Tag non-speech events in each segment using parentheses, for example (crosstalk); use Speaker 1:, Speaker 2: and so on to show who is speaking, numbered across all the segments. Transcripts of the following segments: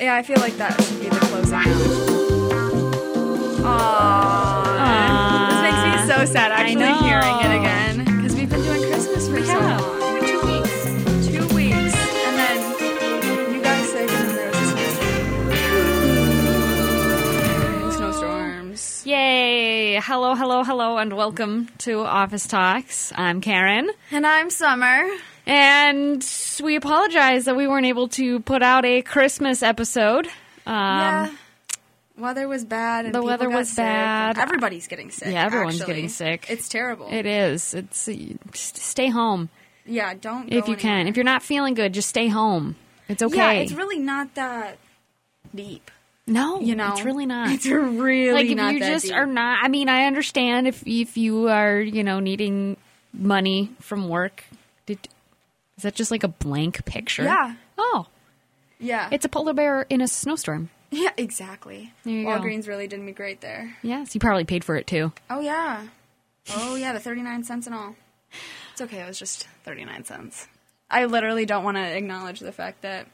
Speaker 1: Yeah, I feel like that should be the closing note. Aww. This makes me so sad actually
Speaker 2: know.
Speaker 1: hearing it again. Because we've been doing Christmas for so
Speaker 2: have.
Speaker 1: long. Two weeks. Two weeks. And then you guys say Christmas. (sighs) Snowstorms.
Speaker 2: Yay! Hello, hello, hello, and welcome to Office Talks. I'm Karen.
Speaker 1: And I'm Summer.
Speaker 2: And we apologize that we weren't able to put out a Christmas episode. Um,
Speaker 1: yeah. Weather was bad. And
Speaker 2: the
Speaker 1: people
Speaker 2: weather
Speaker 1: got
Speaker 2: was
Speaker 1: sick, and
Speaker 2: bad.
Speaker 1: Everybody's getting sick.
Speaker 2: Yeah, everyone's
Speaker 1: actually.
Speaker 2: getting sick.
Speaker 1: It's terrible.
Speaker 2: It is. It's uh, just stay home
Speaker 1: yeah, don't.
Speaker 2: if
Speaker 1: go
Speaker 2: you can.
Speaker 1: anywhere.
Speaker 2: If you're not feeling good, just stay home. It's okay.
Speaker 1: yeah, it's really not that deep.
Speaker 2: no,
Speaker 1: You know,
Speaker 2: it's really not.
Speaker 1: It's (laughs) really
Speaker 2: like if
Speaker 1: not
Speaker 2: you
Speaker 1: that
Speaker 2: just
Speaker 1: deep.
Speaker 2: are not. I mean, I understand if if you are you know needing money from work. Did, is that just like a blank picture?
Speaker 1: Yeah.
Speaker 2: Oh,
Speaker 1: yeah,
Speaker 2: it's a polar bear in a snowstorm.
Speaker 1: (laughs) yeah, exactly.
Speaker 2: There you go.
Speaker 1: Walgreens really did me great there.
Speaker 2: Yes, you probably paid for it too.
Speaker 1: Oh yeah, oh yeah, the thirty nine cents and all. It's okay. It was just thirty nine cents. I literally don't want to acknowledge the fact that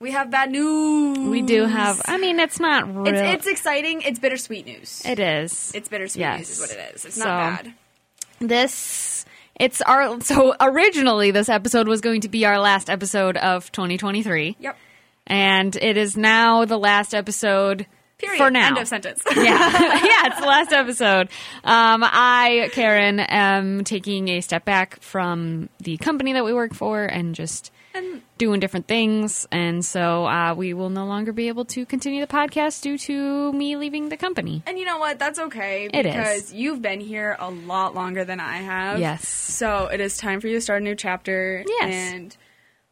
Speaker 1: we have bad news.
Speaker 2: We do have. I mean, it's not real.
Speaker 1: It's, it's exciting. It's bittersweet news.
Speaker 2: It is.
Speaker 1: it's bittersweet
Speaker 2: Yes.
Speaker 1: news is what it is. It's
Speaker 2: So-
Speaker 1: not bad.
Speaker 2: this it's our so originally this episode was going to be our last episode of 2023
Speaker 1: Yep.
Speaker 2: and it is now the last episode
Speaker 1: Period.
Speaker 2: for now
Speaker 1: End of sentence. (laughs)
Speaker 2: yeah (laughs) yeah it's the last episode um, i karen am taking a step back from the company that we work for and just
Speaker 1: And-
Speaker 2: doing different things and so uh, we will no longer be able to continue the podcast due to me leaving the company
Speaker 1: And you know what? That's okay
Speaker 2: It is.
Speaker 1: because you've been here a lot longer than I have.
Speaker 2: Yes.
Speaker 1: So it is time for you to start a new chapter.
Speaker 2: Yes.
Speaker 1: And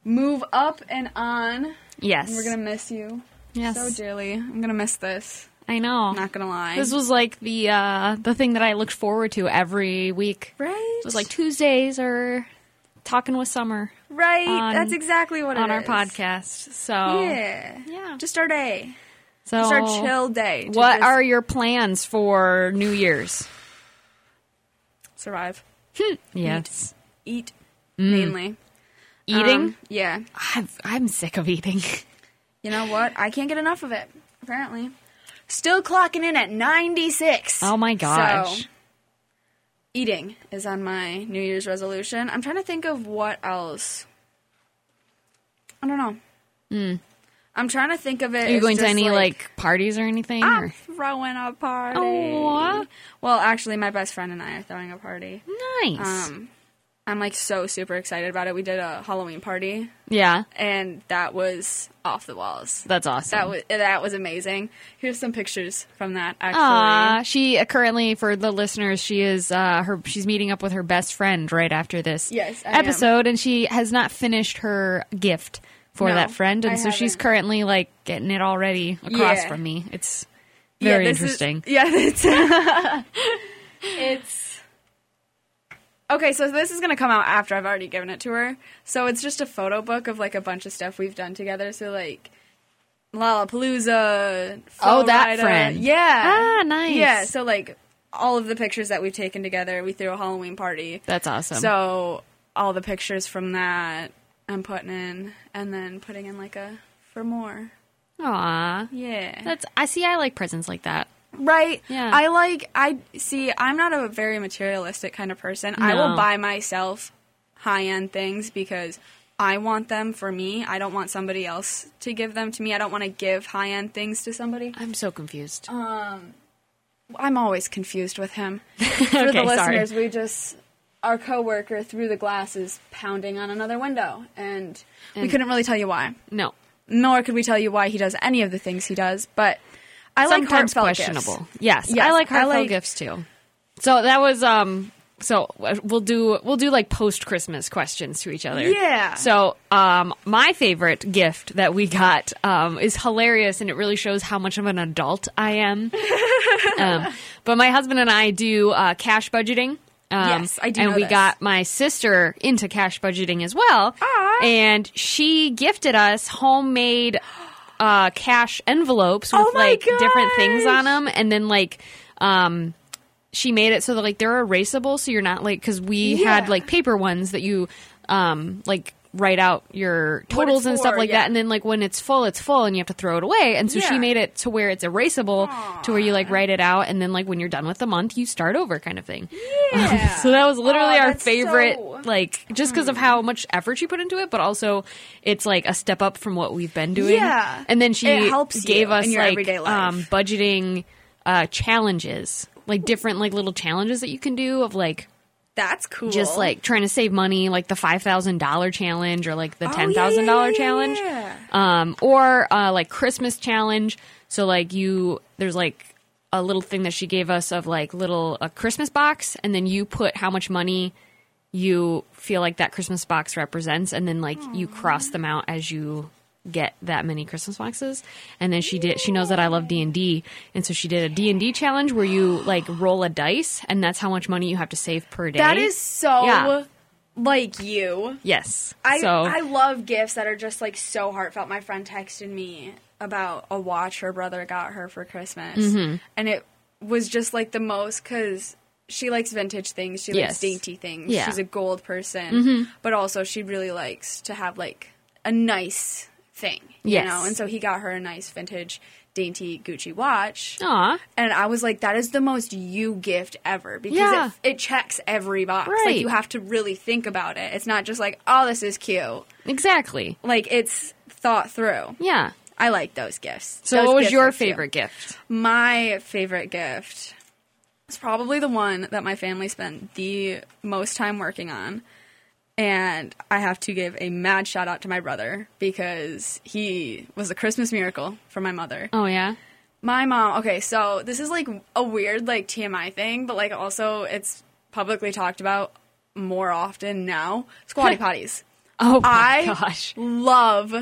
Speaker 1: move up and on.
Speaker 2: yes
Speaker 1: And we're gonna miss you.
Speaker 2: Yes.
Speaker 1: So dearly. I'm gonna miss this.
Speaker 2: i know
Speaker 1: I'm not gonna lie.
Speaker 2: This was like the uh, the thing that I looked forward to every week.
Speaker 1: right.
Speaker 2: It was like Tuesdays or talking with Summer
Speaker 1: right.
Speaker 2: on-
Speaker 1: That's exactly what
Speaker 2: on
Speaker 1: it
Speaker 2: our
Speaker 1: is.
Speaker 2: podcast. So
Speaker 1: Yeah.
Speaker 2: Yeah.
Speaker 1: Just our day.
Speaker 2: so
Speaker 1: Just our chill day. to
Speaker 2: What
Speaker 1: just
Speaker 2: are your plans for New Year's?
Speaker 1: survive?
Speaker 2: Yes,
Speaker 1: Eat mainly.
Speaker 2: Mm. eating.
Speaker 1: Um, yeah.
Speaker 2: I'm, I'm sick of eating.
Speaker 1: You know what? I can't get enough of it. Apparently, still clocking in at ninety six.
Speaker 2: Oh my gosh.
Speaker 1: So, eating is on my New Year's resolution. I'm trying to think of what else. I don't know. I'm trying to think of it.
Speaker 2: Hmm. Are you
Speaker 1: as
Speaker 2: going to
Speaker 1: just Ah,
Speaker 2: any like, parties or anything?
Speaker 1: I'm
Speaker 2: or-
Speaker 1: throwing a party.
Speaker 2: Aw.
Speaker 1: Well, actually, my best friend and I are throwing a party.
Speaker 2: Nice.
Speaker 1: Um, I'm like so super excited about it. We did a Halloween party,
Speaker 2: yeah,
Speaker 1: and that was off the walls.
Speaker 2: that's awesome.
Speaker 1: That was that was amazing. Here's some pictures from that. Actually,
Speaker 2: Aw, she uh, currently for the listeners, she is uh, her she's meeting up with her best friend right after this
Speaker 1: Yes, I am.
Speaker 2: episode, and she has not finished her gift for
Speaker 1: No,
Speaker 2: that friend, and
Speaker 1: I
Speaker 2: so she's
Speaker 1: haven't.
Speaker 2: currently like getting it already across
Speaker 1: Yeah.
Speaker 2: from me. It's very
Speaker 1: this is-
Speaker 2: interesting.
Speaker 1: yeah, (laughs) it's,
Speaker 2: (laughs)
Speaker 1: it's okay. So this is gonna come out after I've already given it to her. So it's just a photo book of like a bunch of stuff we've done together. So like Lollapalooza.
Speaker 2: Oh, that
Speaker 1: Flowrider.
Speaker 2: friend.
Speaker 1: Yeah.
Speaker 2: Ah, nice.
Speaker 1: Yeah. So like all of the pictures that we've taken together. We threw a Halloween party.
Speaker 2: That's awesome.
Speaker 1: So all the pictures from that I'm putting in, and then putting in like a for more.
Speaker 2: Aw,
Speaker 1: Yeah.
Speaker 2: that's I see. I like presents like that.
Speaker 1: right.
Speaker 2: Yeah.
Speaker 1: I like. I see. I'm not a very materialistic kind of person. I
Speaker 2: No.
Speaker 1: will buy myself high end things because. I want them for me. I don't want somebody else to give them to me. I don't want to give high end things to somebody.
Speaker 2: I'm so confused.
Speaker 1: I'm always confused with
Speaker 2: (laughs)
Speaker 1: him. For the
Speaker 2: Okay, sorry.
Speaker 1: listeners, we just our coworker threw the glasses pounding on another window and, we
Speaker 2: And-
Speaker 1: couldn't really tell you why.
Speaker 2: no,
Speaker 1: Nor could we tell you why he does any of the things he does, but I like
Speaker 2: sometimes
Speaker 1: heartfelt
Speaker 2: questionable.
Speaker 1: Gifts.
Speaker 2: Yes,
Speaker 1: Yes,
Speaker 2: I like
Speaker 1: I
Speaker 2: heartfelt
Speaker 1: like-
Speaker 2: gifts too. So that was um. So we'll do we'll do like post Christmas questions to each other.
Speaker 1: Yeah.
Speaker 2: So um, my favorite gift that we got um is hilarious, and it really shows how much of an adult I
Speaker 1: (laughs)
Speaker 2: am. um, but my husband and I do uh, cash budgeting. Um,
Speaker 1: Yes, I do
Speaker 2: And
Speaker 1: know
Speaker 2: we
Speaker 1: this.
Speaker 2: got my sister into cash budgeting as well,
Speaker 1: Aw.
Speaker 2: and she gifted us homemade uh, cash envelopes with
Speaker 1: Oh my
Speaker 2: like different things
Speaker 1: gosh.
Speaker 2: on them, and then like um, she made it so that like they're erasable, so you're not like because we
Speaker 1: Yeah.
Speaker 2: had like paper ones that you um like write out your
Speaker 1: What it's
Speaker 2: totals and stuff
Speaker 1: for,
Speaker 2: like
Speaker 1: yeah.
Speaker 2: that and then like when it's full it's full and you have to throw it away and so
Speaker 1: Yeah.
Speaker 2: she made it to where it's erasable to where you like write it out and then like when you're done with the month you start over kind of thing
Speaker 1: (laughs) Yeah.
Speaker 2: so that was literally
Speaker 1: Oh,
Speaker 2: our
Speaker 1: that's
Speaker 2: favorite
Speaker 1: so-
Speaker 2: like just because of how much effort she put into it but also it's like a step up from what we've been doing
Speaker 1: Yeah.
Speaker 2: and then she
Speaker 1: It helps
Speaker 2: gave
Speaker 1: you
Speaker 2: us
Speaker 1: in your
Speaker 2: like
Speaker 1: everyday life.
Speaker 2: um budgeting uh challenges like different like little challenges that you can do of like
Speaker 1: That's cool.
Speaker 2: just like trying to save money, like the five thousand dollar challenge or like the
Speaker 1: yeah,
Speaker 2: ten thousand
Speaker 1: Oh, yeah, yeah,
Speaker 2: dollar challenge,
Speaker 1: yeah.
Speaker 2: um, or uh, like Christmas challenge. So like you, there's like a little thing that she gave us of like little a Christmas box, and then you put how much money you feel like that Christmas box represents, and then like you cross them out as you get that many Christmas boxes. And then she did. She knows that I love D and D, and so she did a D and D challenge where you like roll a dice, and that's how much money you have to save per day.
Speaker 1: that is so
Speaker 2: Yeah.
Speaker 1: like you.
Speaker 2: Yes.
Speaker 1: I
Speaker 2: so
Speaker 1: I love gifts that are just like so heartfelt. My friend texted me about a watch her brother got her for Christmas,
Speaker 2: Mm-hmm.
Speaker 1: and it was just like the most because she likes vintage things. She likes
Speaker 2: Yes.
Speaker 1: dainty things.
Speaker 2: Yeah. Mm-hmm.
Speaker 1: She's a gold person, but also she really likes to have like a nice thing. You
Speaker 2: Yes.
Speaker 1: know, and so he got her a nice vintage dainty Gucci watch.
Speaker 2: Aw.
Speaker 1: And I was like, that is the most you gift ever because
Speaker 2: Yeah.
Speaker 1: it, it checks every box. Like
Speaker 2: Right.
Speaker 1: you have to really think about it. It's not just like, oh, this is cute.
Speaker 2: Exactly.
Speaker 1: Like it's thought through.
Speaker 2: Yeah.
Speaker 1: I like those gifts.
Speaker 2: So
Speaker 1: Those
Speaker 2: what was
Speaker 1: gifts
Speaker 2: your
Speaker 1: are cute.
Speaker 2: favorite gift?
Speaker 1: My favorite gift is probably the one that my family spent the most time working on. And I have to give a mad shout out to my brother because he was a Christmas miracle for my mother.
Speaker 2: Oh yeah.
Speaker 1: My mom. Okay, so this is like a weird like TMI thing, but like also it's publicly talked about more often now.
Speaker 2: (laughs)
Speaker 1: Squatty potties.
Speaker 2: Oh my
Speaker 1: I
Speaker 2: gosh.
Speaker 1: love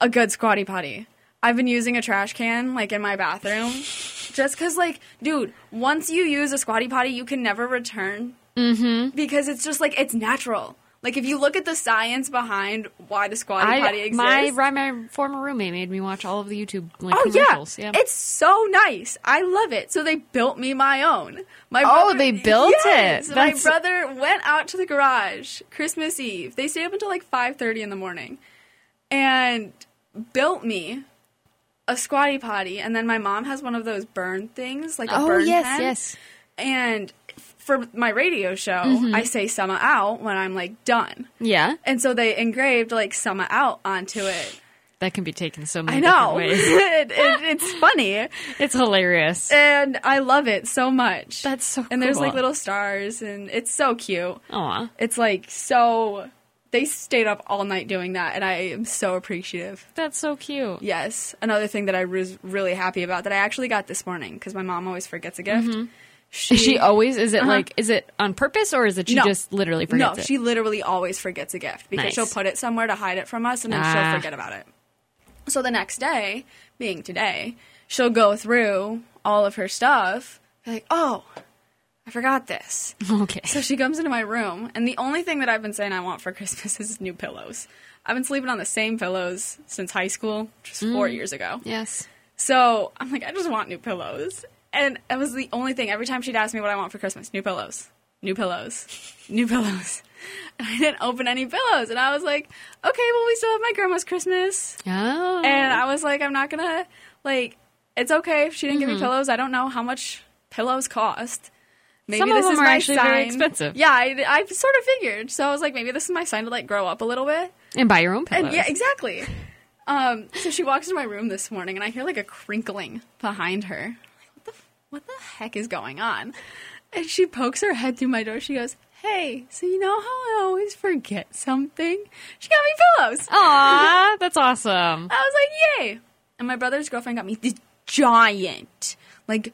Speaker 1: a good squatty potty. I've been using a trash can like in my
Speaker 2: (laughs)
Speaker 1: bathroom just cuz like dude, once you use a squatty potty, you can never return.
Speaker 2: Mm-hmm.
Speaker 1: Mhm. Because it's just like it's natural. Like if you look at the science behind why the squatty potty
Speaker 2: I,
Speaker 1: exists.
Speaker 2: my my former roommate made me watch all of the YouTube like,
Speaker 1: Oh yeah.
Speaker 2: commercials. Yeah.
Speaker 1: it's so nice. I love it. So they built me my own. My
Speaker 2: Oh, they built
Speaker 1: Yes! My
Speaker 2: it. That's-
Speaker 1: brother went out to the garage Christmas Eve. They stayed up until like five thirty in the morning, and built me a squatty potty. And then my mom has one of those burn things, like a
Speaker 2: oh
Speaker 1: burn
Speaker 2: yes,
Speaker 1: pen.
Speaker 2: yes. Mm-hmm.
Speaker 1: And for my radio show, I say "summer out" when I'm like done.
Speaker 2: Yeah.
Speaker 1: And so they engraved like "summer out" onto
Speaker 2: (sighs)
Speaker 1: it.
Speaker 2: That can be taken so many
Speaker 1: I know. (laughs)
Speaker 2: different ways.
Speaker 1: It- it- it's funny (laughs)
Speaker 2: It's hilarious.
Speaker 1: and I love it so much.
Speaker 2: That's so
Speaker 1: And there's
Speaker 2: cool.
Speaker 1: like little stars, and it's so cute.
Speaker 2: Aw.
Speaker 1: It's like so. They stayed up all night doing that, and I am so appreciative.
Speaker 2: That's so cute.
Speaker 1: Yes, another thing that I was really happy about that I actually got this morning because my mom always forgets a gift. She,
Speaker 2: Is Mm-hmm. she always is it like is it on purpose or is it she
Speaker 1: No.
Speaker 2: just literally
Speaker 1: no,
Speaker 2: forgets it?
Speaker 1: she literally always forgets a gift because
Speaker 2: Nice.
Speaker 1: she'll put it somewhere to hide it from us, and then
Speaker 2: Ah.
Speaker 1: she'll forget about it. So the next day, being today, she'll go through all of her stuff. be Like, oh, I forgot this.
Speaker 2: (laughs) Okay.
Speaker 1: So she comes into my room, and the only thing that I've been saying I want for Christmas (laughs) is new pillows. I've been sleeping on the same pillows since high school, which was four years ago.
Speaker 2: Yes.
Speaker 1: So I'm like, I just want new pillows. And that was the only thing. Every time she'd ask me what I want for Christmas, new pillows, new pillows, (laughs) new pillows. (laughs) And I didn't open any pillows. And I was like, okay, well, we still have my grandma's Christmas.
Speaker 2: Oh.
Speaker 1: And I was like, I'm not gonna like. It's okay if she didn't
Speaker 2: Mm-hmm.
Speaker 1: give me pillows. I don't know how much pillows cost. Maybe
Speaker 2: Some of
Speaker 1: this
Speaker 2: them
Speaker 1: is
Speaker 2: are
Speaker 1: my
Speaker 2: actually
Speaker 1: sign.
Speaker 2: very expensive.
Speaker 1: Yeah, I, I sort of figured. So I was like, maybe this is my sign to like grow up a little bit.
Speaker 2: and buy your own pillows.
Speaker 1: And yeah, exactly. Um, so she walks into my room this morning, and I hear like a crinkling behind her. I'm like, what the f- what the heck is going on? And she pokes her head through my door. She goes, "Hey, so you know how I always forget something? She got me pillows."
Speaker 2: Aw, that's awesome.
Speaker 1: I was like, yay! And my brother's girlfriend got me this giant, like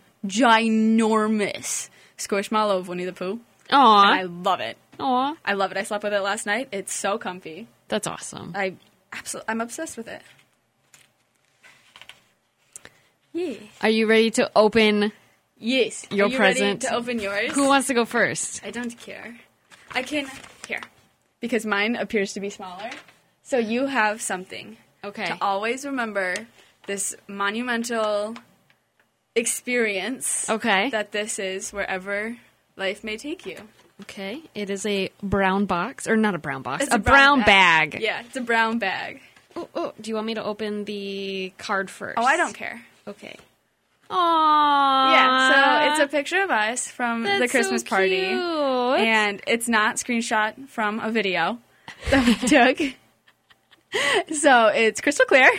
Speaker 1: ginormous squishmallow of Winnie the Pooh. And I
Speaker 2: Aw.
Speaker 1: love it.
Speaker 2: Aw.
Speaker 1: I love it. I slept with it last night. It's so comfy.
Speaker 2: That's awesome.
Speaker 1: I absolutely, I'm obsessed with it. Yeah.
Speaker 2: Are you ready to open?
Speaker 1: Yes.
Speaker 2: Your
Speaker 1: Are you
Speaker 2: present.
Speaker 1: Ready to open yours.
Speaker 2: Who wants to go first?
Speaker 1: I don't care. I can here because mine appears to be smaller. So you have something.
Speaker 2: Okay.
Speaker 1: to always remember this monumental experience
Speaker 2: Okay.
Speaker 1: that this is wherever life may take you.
Speaker 2: Okay, it is a brown box, or not a brown box,
Speaker 1: It's
Speaker 2: a, brown, bag.
Speaker 1: Yeah, it's a brown bag.
Speaker 2: Oh, oh, do you want me to open the card first?
Speaker 1: Oh, I don't care.
Speaker 2: Okay. Aww.
Speaker 1: Yeah, so it's a picture of us from the
Speaker 2: That's so
Speaker 1: Christmas party.
Speaker 2: cute.
Speaker 1: And it's not screenshot from a video that
Speaker 2: (laughs)
Speaker 1: we took. So it's crystal clear.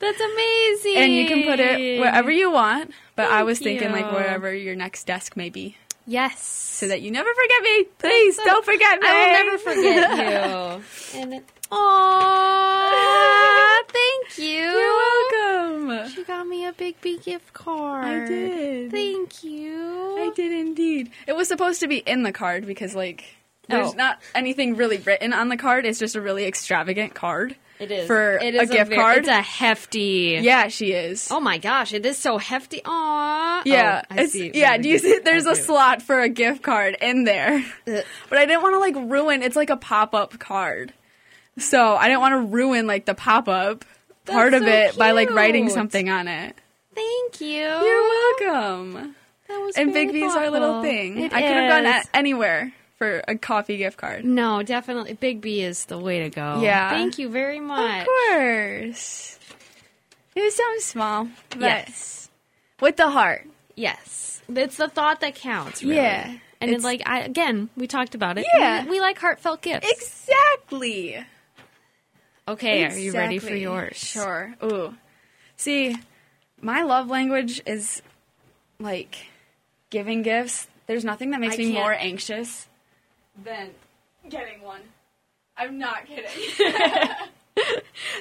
Speaker 2: That's amazing.
Speaker 1: And you can put it wherever you want. But I
Speaker 2: Thank
Speaker 1: was thinking, like,
Speaker 2: you.
Speaker 1: wherever your next desk may be.
Speaker 2: Yes.
Speaker 1: So that you never forget me. Please don't forget me.
Speaker 2: I will never
Speaker 1: (laughs)
Speaker 2: forget you. and
Speaker 1: (laughs)
Speaker 2: Aww. Thank you.
Speaker 1: You're welcome.
Speaker 2: She got me a Big B gift card.
Speaker 1: I did.
Speaker 2: Thank you.
Speaker 1: I did indeed. It was supposed to be in the card because, like, there's
Speaker 2: Oh.
Speaker 1: not anything really written on the card. It's just a really extravagant card.
Speaker 2: It is
Speaker 1: for
Speaker 2: It
Speaker 1: a
Speaker 2: is
Speaker 1: gift
Speaker 2: ver-
Speaker 1: card.
Speaker 2: It's a hefty.
Speaker 1: yeah, she is.
Speaker 2: Oh my gosh, it is so hefty. Aww.
Speaker 1: yeah,
Speaker 2: Oh, I
Speaker 1: it's,
Speaker 2: see.
Speaker 1: yeah. Do you see?
Speaker 2: I
Speaker 1: There's a
Speaker 2: do.
Speaker 1: slot for a gift card in there,
Speaker 2: Ugh.
Speaker 1: but I didn't want to like ruin. It's like a pop up card, so I didn't want to ruin like the pop up part
Speaker 2: That's
Speaker 1: of
Speaker 2: so
Speaker 1: it by like writing
Speaker 2: cute.
Speaker 1: something on it.
Speaker 2: Thank you.
Speaker 1: You're welcome.
Speaker 2: That was
Speaker 1: And
Speaker 2: very
Speaker 1: Big B's our little
Speaker 2: thoughtful.
Speaker 1: thing.
Speaker 2: It
Speaker 1: I could have gone
Speaker 2: is.
Speaker 1: a- anywhere for a coffee gift card.
Speaker 2: No, definitely. Big B is the way to go.
Speaker 1: Yeah.
Speaker 2: Thank you very much.
Speaker 1: Of course. It was something small, but
Speaker 2: Yes.
Speaker 1: with the heart.
Speaker 2: Yes. It's the thought that counts, really.
Speaker 1: Yeah.
Speaker 2: And
Speaker 1: It's-
Speaker 2: it's like, I, again, we talked about it.
Speaker 1: Yeah.
Speaker 2: We, we like heartfelt gifts.
Speaker 1: Exactly.
Speaker 2: okay, are you ready for
Speaker 1: Exactly.
Speaker 2: yours?
Speaker 1: Sure. Ooh. See, my love language is like giving gifts. There's nothing that makes
Speaker 2: I
Speaker 1: me
Speaker 2: can't-
Speaker 1: more anxious than getting one. I'm not kidding.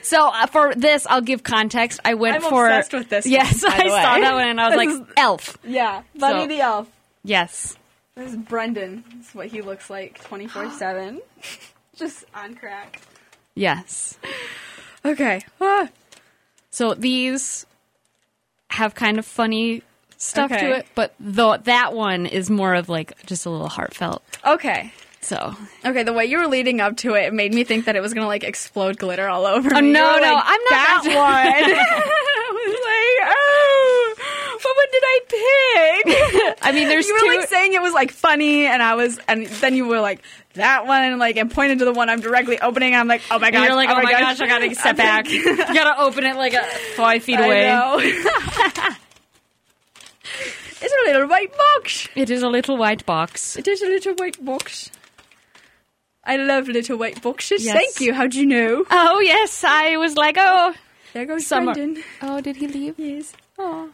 Speaker 2: So uh, for this, I'll give context. I went
Speaker 1: I'm
Speaker 2: for
Speaker 1: obsessed with this one,
Speaker 2: Yes,
Speaker 1: by the
Speaker 2: I saw
Speaker 1: way.
Speaker 2: that one, and I was
Speaker 1: This
Speaker 2: like, Elf.
Speaker 1: (laughs) Yeah, Buddy
Speaker 2: So-
Speaker 1: the Elf.
Speaker 2: Yes,
Speaker 1: This is Brendan. This is what he looks like 24
Speaker 2: (gasps)
Speaker 1: 7. Just on crack.
Speaker 2: yes.
Speaker 1: Okay. Ah.
Speaker 2: So these have kind of funny stuff
Speaker 1: Okay.
Speaker 2: to it, but the, that one is more of like just a little heartfelt.
Speaker 1: Okay. Oh,
Speaker 2: So
Speaker 1: Okay, the way you were leading up to it, it made me think that it was gonna like explode glitter all over.
Speaker 2: Oh,
Speaker 1: me. You
Speaker 2: no,
Speaker 1: were
Speaker 2: no,
Speaker 1: like,
Speaker 2: I'm not that
Speaker 1: one. (laughs) I was like, oh, but what did I pick?
Speaker 2: I mean, (laughs) there's
Speaker 1: you were
Speaker 2: two.
Speaker 1: like saying it was like funny, and I was, and then you were like that one, and like and pointed to the one I'm directly opening. And I'm like, oh my
Speaker 2: and
Speaker 1: gosh,
Speaker 2: you're like, oh, my gosh, (laughs)
Speaker 1: (laughs)
Speaker 2: I gotta step back. you (laughs) gotta open it like a five feet
Speaker 1: I
Speaker 2: away.
Speaker 1: know. (laughs) it's a little white box.
Speaker 2: It is a little white box.
Speaker 1: It is a little white box. I love little white boxes.
Speaker 2: Yes.
Speaker 1: Thank you. How'd you know?
Speaker 2: Oh yes, I was like, oh,
Speaker 1: There goes
Speaker 2: Summer.
Speaker 1: Brendan.
Speaker 2: oh, did he leave? Yes. Oh.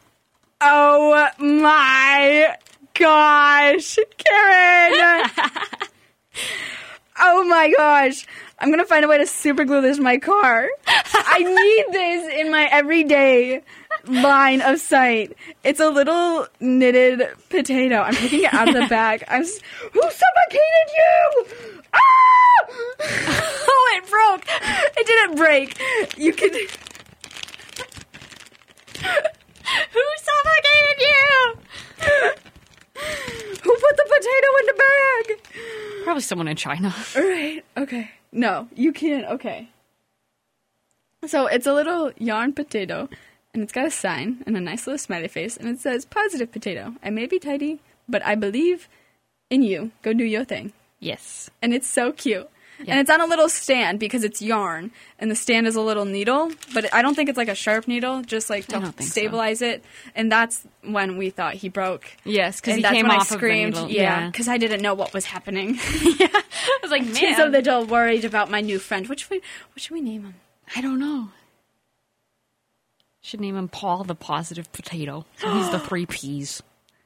Speaker 1: Oh my gosh, Karen! oh my gosh, I'm gonna find a way to super glue this in my car. I need this in my everyday line of sight. It's a little knitted potato. I'm taking it out of the bag. I'm s- who suffocated you? Ah!
Speaker 2: (laughs)
Speaker 1: oh, (laughs) it broke. It didn't break. You (laughs) could. Who suffocated you? Who put the potato in the bag?
Speaker 2: Probably someone
Speaker 1: (laughs)
Speaker 2: in China.
Speaker 1: All right. Okay. No, you can't. Okay. So it's a little yarn potato, and it's got a sign and a nice little smiley face, and it says "Positive Potato." I may be tidy, but I believe in you. Go do your thing.
Speaker 2: Yes.
Speaker 1: And it's so cute.
Speaker 2: Yeah.
Speaker 1: And it's on a little stand because it's yarn, and the stand is a little needle, but I don't think it's like a sharp needle, just like
Speaker 2: I
Speaker 1: to
Speaker 2: don't think so.
Speaker 1: stabilize it. And that's when we thought he broke.
Speaker 2: Yes, because
Speaker 1: And
Speaker 2: he
Speaker 1: that's
Speaker 2: came
Speaker 1: when I
Speaker 2: off of the
Speaker 1: screamed,
Speaker 2: needle.
Speaker 1: yeah, because I didn't know what was happening. (laughs)
Speaker 2: I was like,
Speaker 1: She's a little worried about my new friend. Which we, what should we name him?
Speaker 2: I don't know. Should name him Paul the Positive Potato. So he's the three P's.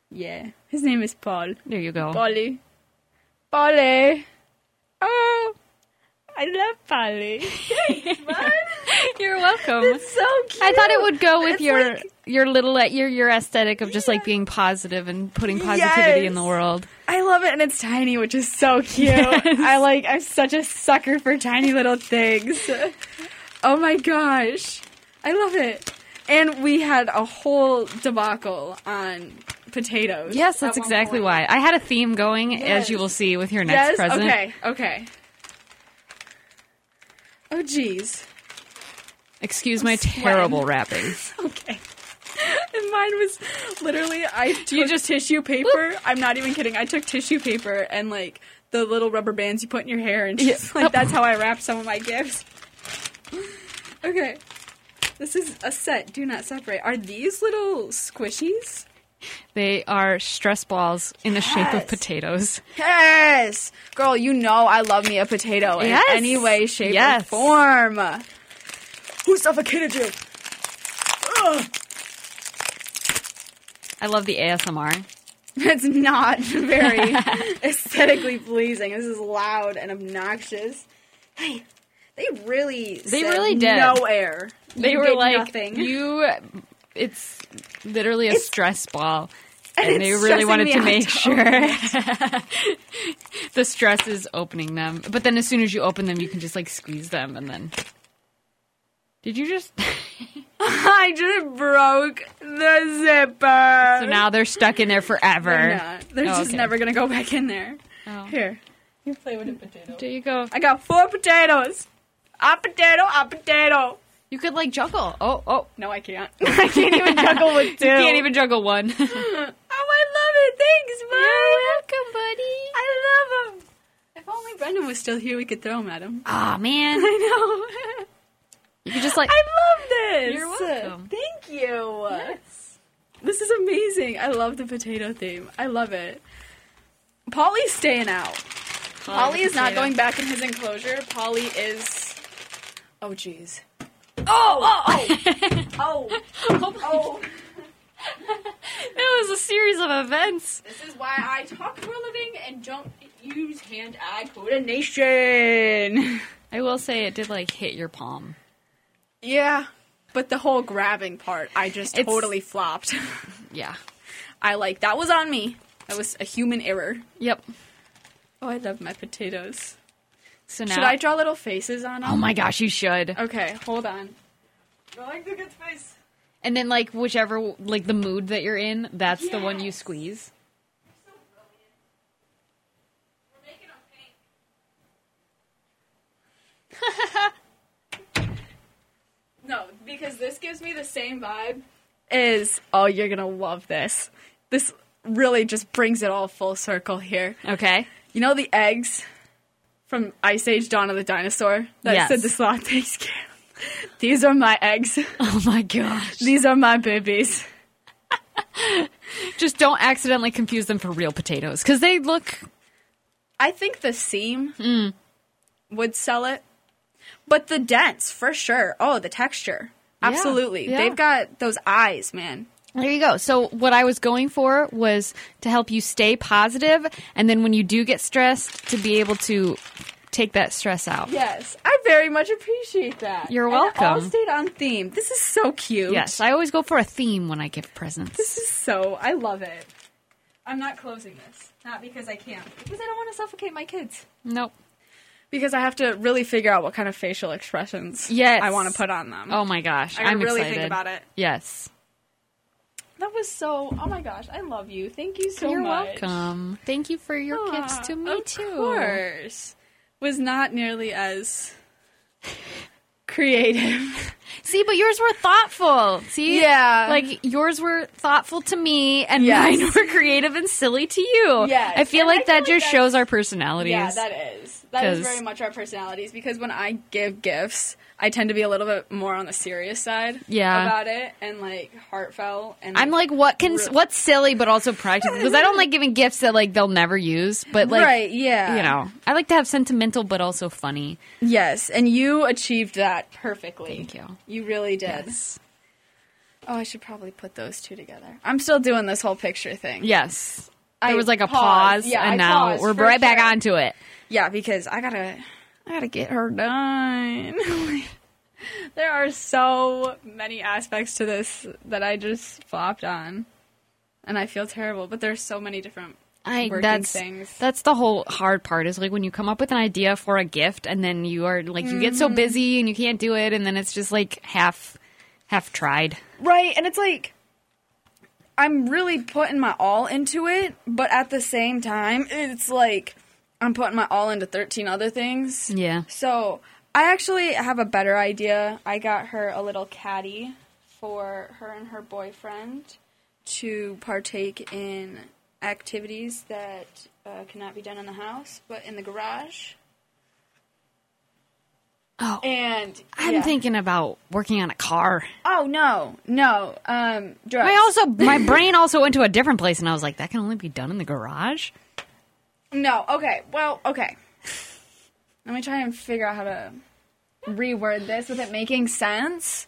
Speaker 1: Yeah, his name is Paul.
Speaker 2: There you go.
Speaker 1: Polly. Polly. Oh, I love Polly.
Speaker 2: (laughs) You're welcome.
Speaker 1: so cute.
Speaker 2: I thought it would go with
Speaker 1: It's
Speaker 2: your
Speaker 1: like-
Speaker 2: your little uh, your your aesthetic of just like being positive and putting positivity in the
Speaker 1: Yes.
Speaker 2: world.
Speaker 1: I love it, and it's tiny, which is so cute. I like. I'm such a sucker for tiny little things. Oh my gosh, I love it. And we had a whole debacle on potatoes.
Speaker 2: Yes, that's exactly why. I had a theme going, as you
Speaker 1: Yes.
Speaker 2: will see with your
Speaker 1: Yes.
Speaker 2: next present.
Speaker 1: Okay. Okay. Oh geez. (laughs)
Speaker 2: Excuse my terrible wrapping.
Speaker 1: Okay. I'm Mine was literally I took you just tissue paper. I'm not even kidding. I took tissue paper and like the little rubber bands you put in your hair, and just, (laughs)
Speaker 2: Yeah.
Speaker 1: like that's how I wrapped some of my gifts. okay, this is a set. Do not separate. Are these little squishies?
Speaker 2: They are stress balls in the shape of
Speaker 1: Yes.
Speaker 2: potatoes.
Speaker 1: Yes, girl, you know I love me a potato
Speaker 2: Yes.
Speaker 1: in any way, shape, or
Speaker 2: Yes.
Speaker 1: form. Who suffocated you? Ugh.
Speaker 2: I love the ASMR.
Speaker 1: (laughs) It's not
Speaker 2: (laughs)
Speaker 1: very aesthetically pleasing. This is loud and obnoxious. Hey, they really
Speaker 2: They
Speaker 1: said
Speaker 2: really did.
Speaker 1: no air.
Speaker 2: They
Speaker 1: You
Speaker 2: were
Speaker 1: did
Speaker 2: like
Speaker 1: nothing.
Speaker 2: you. It's literally a
Speaker 1: It's-
Speaker 2: stress
Speaker 1: (laughs)
Speaker 2: ball,
Speaker 1: And
Speaker 2: and,
Speaker 1: it's
Speaker 2: they really
Speaker 1: stressing
Speaker 2: wanted
Speaker 1: me
Speaker 2: to
Speaker 1: out
Speaker 2: make
Speaker 1: to
Speaker 2: sure (laughs) the stress is opening them. But then, as soon as you open them, you can just like squeeze them, and then. Did you just?
Speaker 1: (laughs)
Speaker 2: (laughs)
Speaker 1: I just broke the zipper.
Speaker 2: so now they're stuck in there forever.
Speaker 1: they're not. They're
Speaker 2: Oh,
Speaker 1: just
Speaker 2: okay.
Speaker 1: never gonna go back in there.
Speaker 2: Oh.
Speaker 1: Here,
Speaker 2: There you go.
Speaker 1: I got four potatoes. A potato, a potato.
Speaker 2: You could like juggle. Oh, oh.
Speaker 1: No, I can't. (laughs) I can't even juggle with two.
Speaker 2: (laughs) You can't even juggle one.
Speaker 1: (laughs) Oh, I love it. Thanks, bud.
Speaker 2: welcome, buddy.
Speaker 1: I love him. If only Brendan was still here, we could throw him at him.
Speaker 2: Oh man,
Speaker 1: (laughs) I know. (laughs)
Speaker 2: you could just like
Speaker 1: I love this.
Speaker 2: You're welcome.
Speaker 1: Thank you. This is amazing. I love the potato theme. I love it. Polly's staying out. Polly is not going back in his enclosure. Polly is. Oh, jeez. Oh, oh,
Speaker 2: (laughs)
Speaker 1: (laughs) oh, oh,
Speaker 2: oh my
Speaker 1: oh.
Speaker 2: It was a series of events.
Speaker 1: This is why I talk for a living and don't use hand-eye coordination.
Speaker 2: I will say it did like hit your palm.
Speaker 1: Yeah, but the whole grabbing part, I just
Speaker 2: It's-
Speaker 1: totally flopped. (laughs)
Speaker 2: Yeah.
Speaker 1: I like that was on me. That was a human error.
Speaker 2: Yep.
Speaker 1: Oh, I love my potatoes.
Speaker 2: So now
Speaker 1: Should I draw little faces on them?
Speaker 2: Oh my gosh, you should.
Speaker 1: Okay, hold on. I like the good face.
Speaker 2: And then like whichever like the mood that you're in, that's the one you squeeze.
Speaker 1: No, because this gives me the same vibe. Is oh, you're gonna love this. This really just brings it all full circle here.
Speaker 2: Okay. (laughs)
Speaker 1: You know the eggs from Ice Age: Dawn of the Dinosaur that
Speaker 2: Yes.
Speaker 1: said the sloth takes care. of? (laughs) These are my eggs.
Speaker 2: Oh my gosh.
Speaker 1: These are my babies.
Speaker 2: Just don't accidentally confuse them for real potatoes cuz they look
Speaker 1: I think the seam
Speaker 2: Hmm.
Speaker 1: would sell it, but the dents for sure. Oh, the texture, absolutely.
Speaker 2: yeah.
Speaker 1: They've got those eyes, man.
Speaker 2: There you go. So what I was going for was to help you stay positive and then when you do get stressed to be able to take that stress out.
Speaker 1: Yes, I very much appreciate that.
Speaker 2: You're
Speaker 1: And it all
Speaker 2: welcome.
Speaker 1: stayed on theme. This is so cute.
Speaker 2: Yes, I always go for a theme when I give presents.
Speaker 1: this is so. I love it. I'm not closing this, not because I can't, because I don't want to suffocate my kids.
Speaker 2: Nope.
Speaker 1: Because I have to really figure out what kind of facial expressions
Speaker 2: Yes.
Speaker 1: I want to put on them.
Speaker 2: Oh my gosh,
Speaker 1: I gotta
Speaker 2: I'm
Speaker 1: really
Speaker 2: excited.
Speaker 1: think about it.
Speaker 2: Yes,
Speaker 1: That was so. Oh my gosh, I love you. Thank you so
Speaker 2: you're
Speaker 1: much.
Speaker 2: welcome. Thank you for your
Speaker 1: Aw,
Speaker 2: gifts to me
Speaker 1: of
Speaker 2: too.
Speaker 1: course. Was not nearly as creative.
Speaker 2: See, but yours were thoughtful. See,
Speaker 1: Yeah.
Speaker 2: like yours were thoughtful to me, and
Speaker 1: Yes.
Speaker 2: mine were creative and silly to you.
Speaker 1: Yes.
Speaker 2: I feel
Speaker 1: And
Speaker 2: like
Speaker 1: I feel
Speaker 2: that
Speaker 1: like
Speaker 2: just
Speaker 1: that's-
Speaker 2: shows our
Speaker 1: (laughs)
Speaker 2: personalities.
Speaker 1: yeah, that is. That is
Speaker 2: 'Cause-
Speaker 1: very much our personalities because when I give gifts, I tend to be a little bit more on the serious side
Speaker 2: Yeah.
Speaker 1: about it and like heartfelt and
Speaker 2: I'm like, what can
Speaker 1: Real-
Speaker 2: what's silly, but also
Speaker 1: (laughs)
Speaker 2: practical? Because I don't like giving gifts that like they'll never use. But like,
Speaker 1: right, yeah.
Speaker 2: you know, I like to have sentimental, but also funny.
Speaker 1: Yes, and you achieved that perfectly.
Speaker 2: Thank you.
Speaker 1: You really did. Oh, I should probably put those two together. I'm still doing this whole picture thing.
Speaker 2: Yes.
Speaker 1: I
Speaker 2: There was like a
Speaker 1: paused.
Speaker 2: pause,
Speaker 1: Yeah,
Speaker 2: and
Speaker 1: I
Speaker 2: now
Speaker 1: paused
Speaker 2: we're
Speaker 1: for
Speaker 2: right back
Speaker 1: sure.
Speaker 2: onto it.
Speaker 1: Yeah, because I gotta, I gotta get her done. (laughs) there are so many aspects to this that I just flopped on, and I feel terrible. But there's so many different.
Speaker 2: I
Speaker 1: working
Speaker 2: that's
Speaker 1: things.
Speaker 2: that's the whole hard part is like when you come up with an idea for a gift and then you are like you get
Speaker 1: Mm-hmm.
Speaker 2: so busy and you can't do it and then it's just like half half tried.
Speaker 1: Right, and it's like I'm really putting my all into it, but at the same time, it's like I'm putting my all into 13 other things.
Speaker 2: Yeah.
Speaker 1: So I actually have a better idea. I got her a little caddy for her and her boyfriend. to partake in activities that uh, cannot be done in the house, but in the garage.
Speaker 2: Oh.
Speaker 1: And
Speaker 2: I'm
Speaker 1: yeah.
Speaker 2: thinking about working on a car.
Speaker 1: Oh no, no. Um, drugs.
Speaker 2: I
Speaker 1: (laughs)
Speaker 2: also my brain also went to a different place, and I was like, that can only be done in the garage.
Speaker 1: No. Okay. Well. Okay. Let me try and figure out how to reword this with it making sense,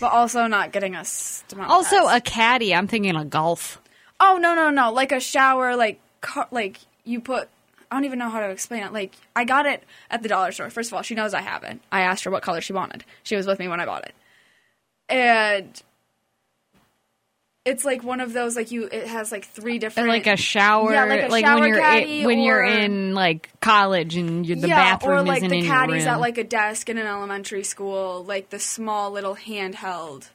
Speaker 1: but also not getting us demonetized.
Speaker 2: Also, a caddy. I'm thinking a golf.
Speaker 1: oh no no no! Like a shower, like car, like you put. I don't even know how to explain it. Like I got it at the dollar store. First of all, she knows I have it. I asked her what color she wanted. She was with me when I bought it, and it's like one of those like you. It has like three different
Speaker 2: Like a shower,
Speaker 1: Yeah, like a shower
Speaker 2: when you're
Speaker 1: caddy
Speaker 2: in, when you're
Speaker 1: or-
Speaker 2: in like college and you the bathroom
Speaker 1: or like
Speaker 2: isn't
Speaker 1: the
Speaker 2: in your
Speaker 1: caddies
Speaker 2: room.
Speaker 1: at like a desk in an elementary school, like the small little handheld.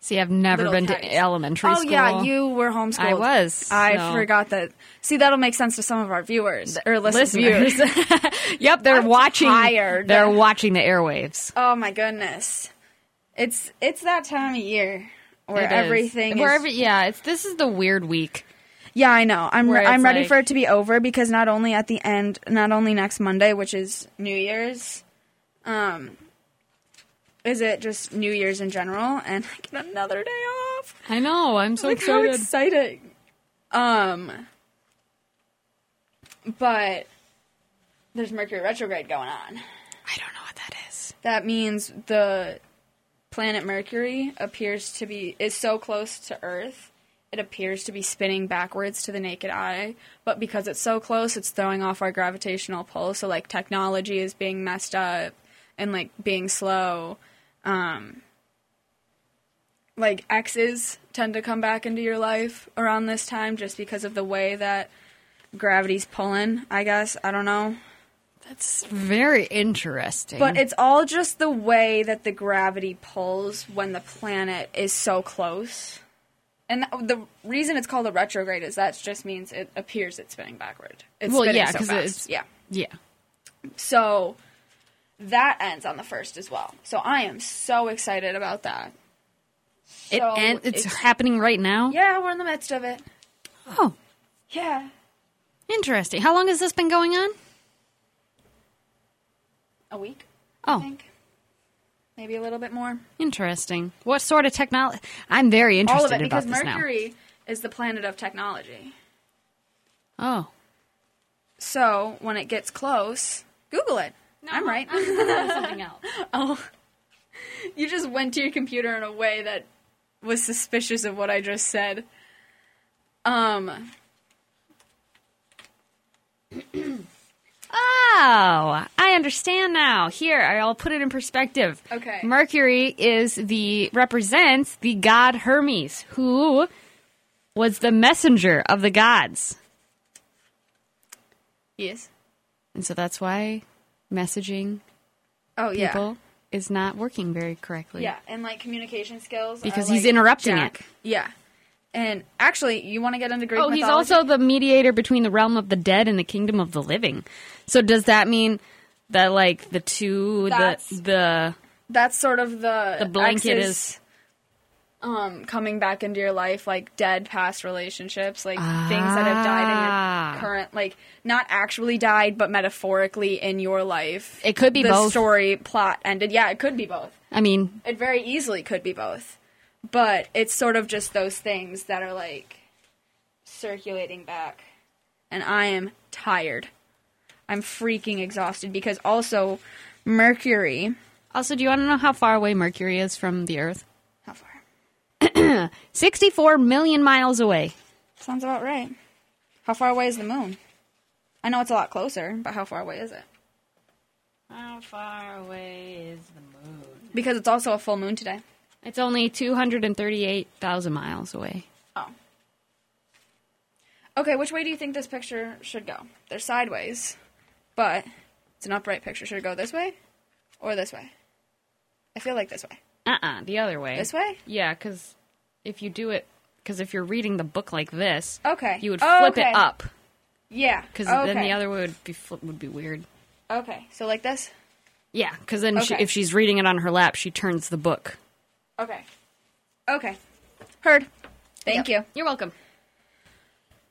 Speaker 2: See, I've never
Speaker 1: little
Speaker 2: been
Speaker 1: caddies.
Speaker 2: to elementary
Speaker 1: oh
Speaker 2: school.
Speaker 1: yeah, you were homeschooled.
Speaker 2: I was,
Speaker 1: I
Speaker 2: so-
Speaker 1: forgot that. See, that'll make sense to some of our viewers or listeners.
Speaker 2: listeners. (laughs) yep, they're
Speaker 1: I'm
Speaker 2: watching.
Speaker 1: tired.
Speaker 2: They're watching the airwaves.
Speaker 1: (laughs) Oh my goodness, it's it's that time of year where
Speaker 2: It is.
Speaker 1: everything.
Speaker 2: Where
Speaker 1: is-
Speaker 2: every- yeah, it's this is the weird week.
Speaker 1: yeah, I know. I'm
Speaker 2: where
Speaker 1: I'm
Speaker 2: it's
Speaker 1: ready
Speaker 2: like-
Speaker 1: for it to be over because not only at the end, not only next Monday, which is New Year's. Um. Is it just New Year's in general, and I get another day off?
Speaker 2: I know. I'm so
Speaker 1: like
Speaker 2: excited.
Speaker 1: how exciting. Um, but there's Mercury retrograde going on.
Speaker 2: I don't know what that is.
Speaker 1: That means the planet Mercury appears to be is so close to Earth. It appears to be spinning backwards to the naked eye, but because it's so close, it's throwing off our gravitational pull. So like technology is being messed up and like being slow. Um, like exes tend to come back into your life around this time just because of the way that gravity's pulling. I guess I don't know.
Speaker 2: That's very interesting.
Speaker 1: But it's all just the way that the gravity pulls when the planet is so close. And th- the reason it's called a retrograde is that just means it appears it's spinning backward. It's
Speaker 2: Well,
Speaker 1: spinning
Speaker 2: yeah,
Speaker 1: so
Speaker 2: 'cause
Speaker 1: fast.
Speaker 2: it's-
Speaker 1: yeah.
Speaker 2: yeah,
Speaker 1: So that ends on the first as well. So I am so excited about that.
Speaker 2: it
Speaker 1: So
Speaker 2: and it's, happening right now.
Speaker 1: yeah, we're in the midst of it.
Speaker 2: Oh,
Speaker 1: Yeah,
Speaker 2: interesting. How long has this been going on?
Speaker 1: a week. I
Speaker 2: Oh,
Speaker 1: think maybe a little bit more.
Speaker 2: interesting. What sort of technology? I'm very interested
Speaker 1: All of it
Speaker 2: about
Speaker 1: because
Speaker 2: this
Speaker 1: Mercury is the planet of technology.
Speaker 2: now. Oh,
Speaker 1: So when it gets close, Google it. I'm right. (laughs)
Speaker 2: something else.
Speaker 1: you just went to your computer in a way that was suspicious of what I just said. Um,
Speaker 2: Oh, I understand now. Here, I'll put it in perspective.
Speaker 1: Okay.
Speaker 2: Mercury is the represents the god Hermes, who was the messenger of the gods.
Speaker 1: yes.
Speaker 2: And so that's why messaging
Speaker 1: Oh yeah.
Speaker 2: people is not working very correctly.
Speaker 1: Yeah, and like communication skills are,
Speaker 2: Because he's
Speaker 1: like,
Speaker 2: interrupting
Speaker 1: jack-
Speaker 2: it.
Speaker 1: Yeah. And actually, you want to get into Greek
Speaker 2: Oh, he's
Speaker 1: mythology?
Speaker 2: also the mediator between the realm of the dead and the kingdom of the living. So does that mean that like the two
Speaker 1: That's-
Speaker 2: the the
Speaker 1: that's sort of the
Speaker 2: the blanket
Speaker 1: exes,
Speaker 2: is
Speaker 1: um coming back into your life like dead past relationships like things that have died in
Speaker 2: Ah.
Speaker 1: your current like not actually died but metaphorically in your life.
Speaker 2: It could be
Speaker 1: the
Speaker 2: both.
Speaker 1: story plot ended. Yeah, it could be both.
Speaker 2: I mean,
Speaker 1: It very easily could be both. But it's sort of just those things that are like circulating back. And I am tired. I'm freaking exhausted because also Mercury.
Speaker 2: also do you want to know how far away Mercury is from the earth?
Speaker 1: How far?
Speaker 2: 64 million miles away.
Speaker 1: Sounds about right. How far away is the moon? I know it's a lot closer, but how far away is it?
Speaker 2: How far away is the moon?
Speaker 1: Because it's also a full moon today.
Speaker 2: It's only 238,000 miles away.
Speaker 1: Oh. Okay, which way do you think this picture should go? They're sideways, but it's an upright picture. Should it go this way or this way? I feel like this way.
Speaker 2: Uh uh the other way.
Speaker 1: This way?
Speaker 2: Yeah, because if you do it, because if you're reading the book like this,
Speaker 1: Okay.
Speaker 2: you would
Speaker 1: Oh,
Speaker 2: flip
Speaker 1: okay.
Speaker 2: it up.
Speaker 1: Yeah.
Speaker 2: Because
Speaker 1: okay.
Speaker 2: then the other way would be, flip, would be weird.
Speaker 1: Okay, so like this?
Speaker 2: Yeah, because then she,
Speaker 1: Okay.
Speaker 2: if she's reading it on her lap, she turns the book.
Speaker 1: Okay. Okay. Heard. Thank you.
Speaker 2: You're welcome.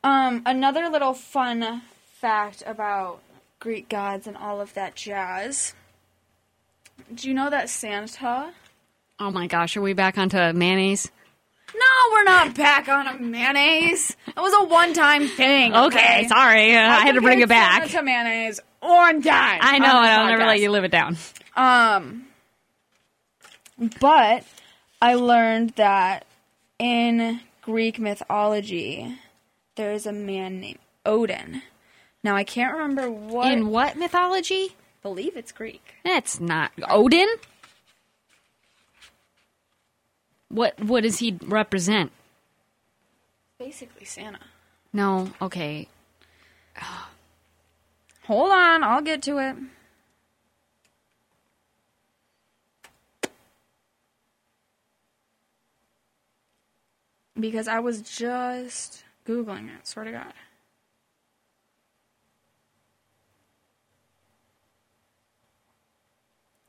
Speaker 1: Um, another little fun fact about Greek gods and all of that jazz. Do you know that Santa?
Speaker 2: Oh my gosh, are we back onto mayonnaise?
Speaker 1: No, we're not back on a mayonnaise. It was a one-time thing.
Speaker 2: Okay, sorry. Uh, I, had to bring (laughs) it
Speaker 1: compared
Speaker 2: back.
Speaker 1: Santa To mayonnaise on time.
Speaker 2: I know,
Speaker 1: on
Speaker 2: and
Speaker 1: this
Speaker 2: I'll never
Speaker 1: podcast.
Speaker 2: let you live it down.
Speaker 1: Um, but I learned that in Greek mythology, there is a man named Odin. Now I can't remember what.
Speaker 2: In what mythology?
Speaker 1: believe it's Greek.
Speaker 2: That's not Odin. What what does he represent?
Speaker 1: Basically, Santa.
Speaker 2: No, okay.
Speaker 1: Hold on, I'll get to it. Because I was just Googling it, swear to God.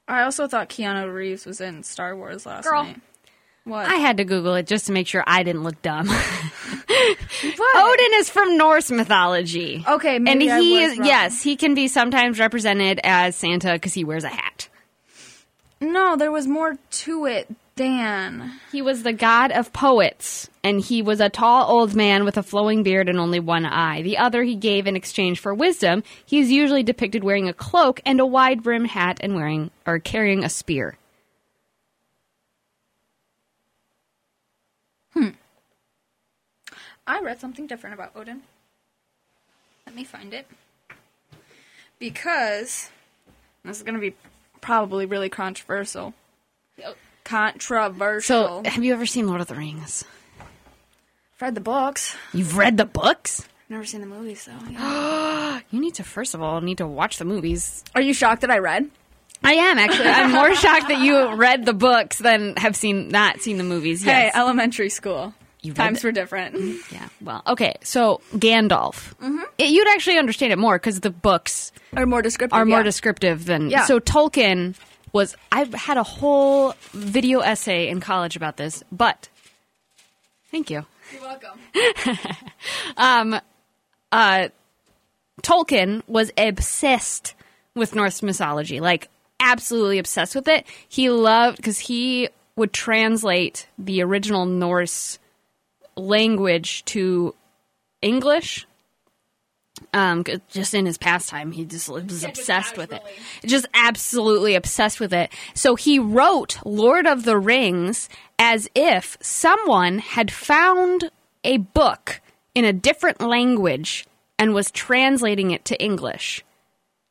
Speaker 1: I also thought Keanu Reeves was in Star Wars last
Speaker 2: Girl.
Speaker 1: night. What?
Speaker 2: I had to Google it just to make sure I didn't look dumb. (laughs)
Speaker 1: But-
Speaker 2: Odin is from Norse mythology.
Speaker 1: Okay, Oh, maybe
Speaker 2: and
Speaker 1: I
Speaker 2: he
Speaker 1: was
Speaker 2: is
Speaker 1: wrong.
Speaker 2: yes, he can be sometimes represented as Santa because he wears a hat.
Speaker 1: No, there was more to it than.
Speaker 2: He was the god of poets, and he was a tall old man with a flowing beard and only one eye. The other he gave in exchange for wisdom. He is usually depicted wearing a cloak and a wide brimmed hat and wearing or carrying a spear.
Speaker 1: I read something different about Odin. Let me find it. Because this is going to be probably really controversial.
Speaker 2: So,
Speaker 1: Controversial.
Speaker 2: have you ever seen Lord of the Rings?
Speaker 1: read the books.
Speaker 2: You've read the books?
Speaker 1: Never seen the movies though.
Speaker 2: You need to first of all need to watch the movies.
Speaker 1: (gasps) Are you shocked that I read?
Speaker 2: I am actually. I'm more (laughs) shocked that you read the books than have seen not seen the movies.
Speaker 1: Hey,
Speaker 2: Yes.
Speaker 1: elementary school.
Speaker 2: You read
Speaker 1: Times
Speaker 2: it.
Speaker 1: were different.
Speaker 2: Yeah. Well, okay. So Gandalf, It- you'd actually understand it more because the books
Speaker 1: Or more descriptive.
Speaker 2: are more
Speaker 1: yeah.
Speaker 2: descriptive than.
Speaker 1: Yeah.
Speaker 2: So Tolkien was. I had a whole video essay in college about this, but thank you.
Speaker 1: You're welcome.
Speaker 2: Uh, Tolkien was obsessed with Norse mythology, like absolutely obsessed with it. He loved because he would translate the original Norse language to English. Um, 'cause just in his pastime, he just was obsessed with it, just absolutely obsessed with it. So he wrote Lord of the Rings as if someone had found a book in a different language and was translating it to English.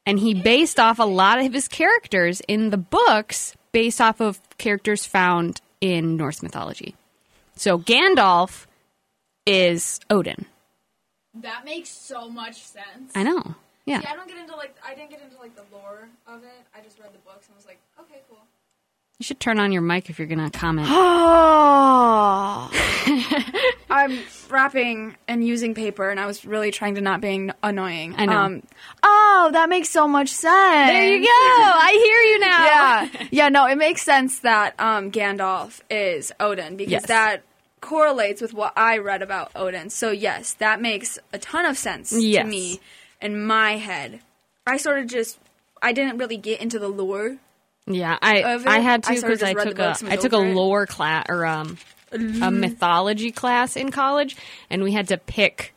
Speaker 2: And he based off a lot of his characters in the books based off of characters found in Norse mythology. So Gandalf is Odin.
Speaker 1: That makes so much sense.
Speaker 2: I know. Yeah.
Speaker 1: Yeah, I don't get into like I didn't get into like the lore of it. I just read the books and was like, okay, cool.
Speaker 2: You should turn on your mic if you're going to (gasps) comment. (laughs)
Speaker 1: Oh. I'm wrapping and using paper, and I was really trying to not being annoying.
Speaker 2: I know.
Speaker 1: oh, that makes so much sense.
Speaker 2: There you go. I hear you now.
Speaker 1: (laughs) Yeah, yeah. No, it makes sense that um, Gandalf is Odin because
Speaker 2: Yes.
Speaker 1: that correlates with what I read about Odin. So yes, that makes a ton of sense
Speaker 2: Yes.
Speaker 1: to me in my head. I sort of just I didn't really get into the lore
Speaker 2: Yeah, I
Speaker 1: of it.
Speaker 2: I had to
Speaker 1: I sorta
Speaker 2: because
Speaker 1: just
Speaker 2: I,
Speaker 1: read the
Speaker 2: took a
Speaker 1: books and
Speaker 2: I
Speaker 1: was
Speaker 2: took a
Speaker 1: over it. Mm-hmm.
Speaker 2: lore class or um a mythology class in college, and we had to pick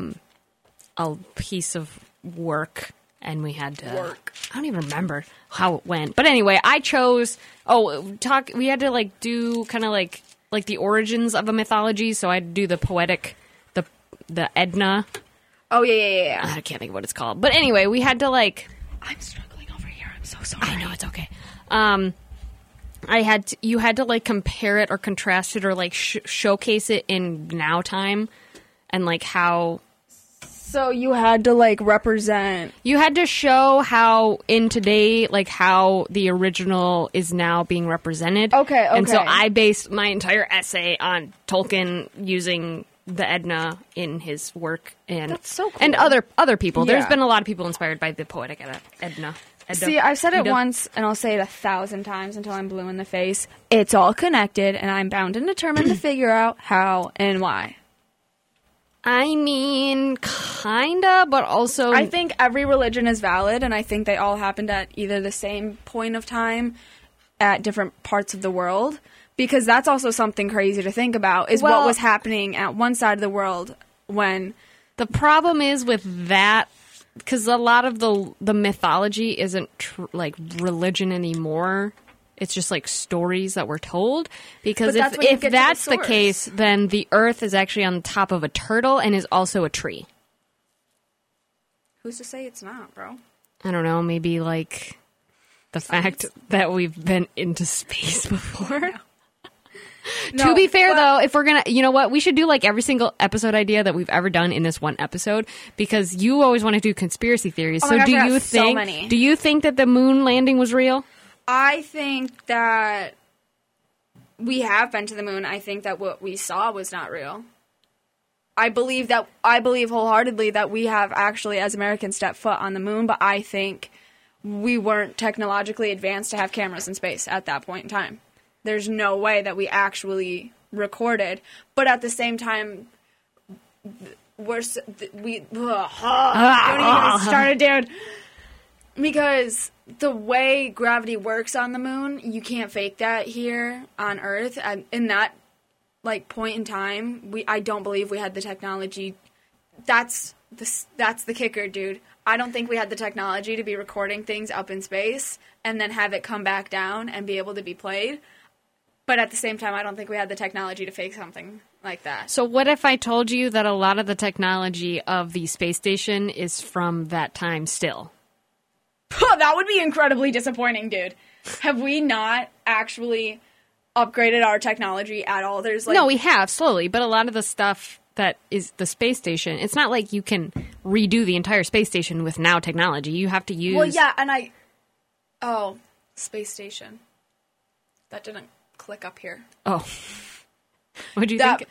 Speaker 2: um a piece of work, and we had to
Speaker 1: Work.
Speaker 2: I don't even remember how it went, but anyway, I chose. Oh, talk. We had to like do kind of like like the origins of a mythology, so I had to do the poetic, the the Edna.
Speaker 1: Oh yeah, yeah, yeah, yeah.
Speaker 2: I can't think of what it's called, but anyway, we had to like
Speaker 1: I'm struggling over here. I'm so sorry.
Speaker 2: I know it's okay. Um, I had to, you had to like compare it or contrast it or like sh- showcase it in now time, and like how
Speaker 1: So you had to like represent.
Speaker 2: you had to show how in today like how the original is now being represented.
Speaker 1: Okay,
Speaker 2: And so
Speaker 1: okay.
Speaker 2: I based my entire essay on Tolkien using the Edna in his work and
Speaker 1: That's so cool.
Speaker 2: and other other people. There's
Speaker 1: Yeah.
Speaker 2: been a lot of people inspired by the poetic Edda- Edna. Ed-
Speaker 1: See, I've said it
Speaker 2: Ed-
Speaker 1: once and I'll say it a thousand times until I'm blue in the face. It's all connected, and I'm bound and determined (clears throat) to figure out how and why.
Speaker 2: I mean, kinda, but also
Speaker 1: I think every religion is valid, and I think they all happened at either the same point of time at different parts of the world. Because that's also something crazy to think about is
Speaker 2: Well-
Speaker 1: what was happening at one side of the world when
Speaker 2: The problem is with that because a lot of the the mythology isn't tr- like religion anymore. It's just like stories that we're told. Because
Speaker 1: But that's
Speaker 2: if
Speaker 1: when you
Speaker 2: if
Speaker 1: get to the
Speaker 2: that's the
Speaker 1: source.
Speaker 2: case, then the Earth is actually on top of a turtle and is also a tree.
Speaker 1: who's to say it's not, bro?
Speaker 2: I don't know, maybe like the fact that we've been into space (laughs) before. to be fair, though, if we're gonna, you know what, we should do like every single episode idea that we've ever done in this one episode because you always want to do conspiracy theories.
Speaker 1: Oh my
Speaker 2: so
Speaker 1: God, I
Speaker 2: do
Speaker 1: forgot
Speaker 2: you
Speaker 1: so
Speaker 2: think?
Speaker 1: many.
Speaker 2: Do you think that the moon landing was real?
Speaker 1: I think that we have been to the moon. I think that what we saw was not real. I believe that I believe wholeheartedly that we have actually as Americans stepped foot on the moon, but I think we weren't technologically advanced to have cameras in space at that point in time. There's no way that we actually recorded, but at the same time th- we're s- th- we don't even start it, dude. Because the way gravity works on the moon, you can't fake that here on Earth. And in that like point in time, we I don't believe we had the technology. That's the s- that's the kicker, dude. I don't think we had the technology to be recording things up in space and then have it come back down and be able to be played. But at the same time, I don't think we had the technology to fake something like that.
Speaker 2: So what if I told you that a lot of the technology of the space station is from that time still?
Speaker 1: that would be incredibly disappointing, dude. Have we not actually upgraded our technology at all? There's like
Speaker 2: no, we have slowly, but a lot of the stuff that is the space station, it's not like you can redo the entire space station with now technology. You have to use
Speaker 1: Well, yeah, and I. Oh, space station. That didn't click up here.
Speaker 2: Oh. (laughs) What do you
Speaker 1: That
Speaker 2: think?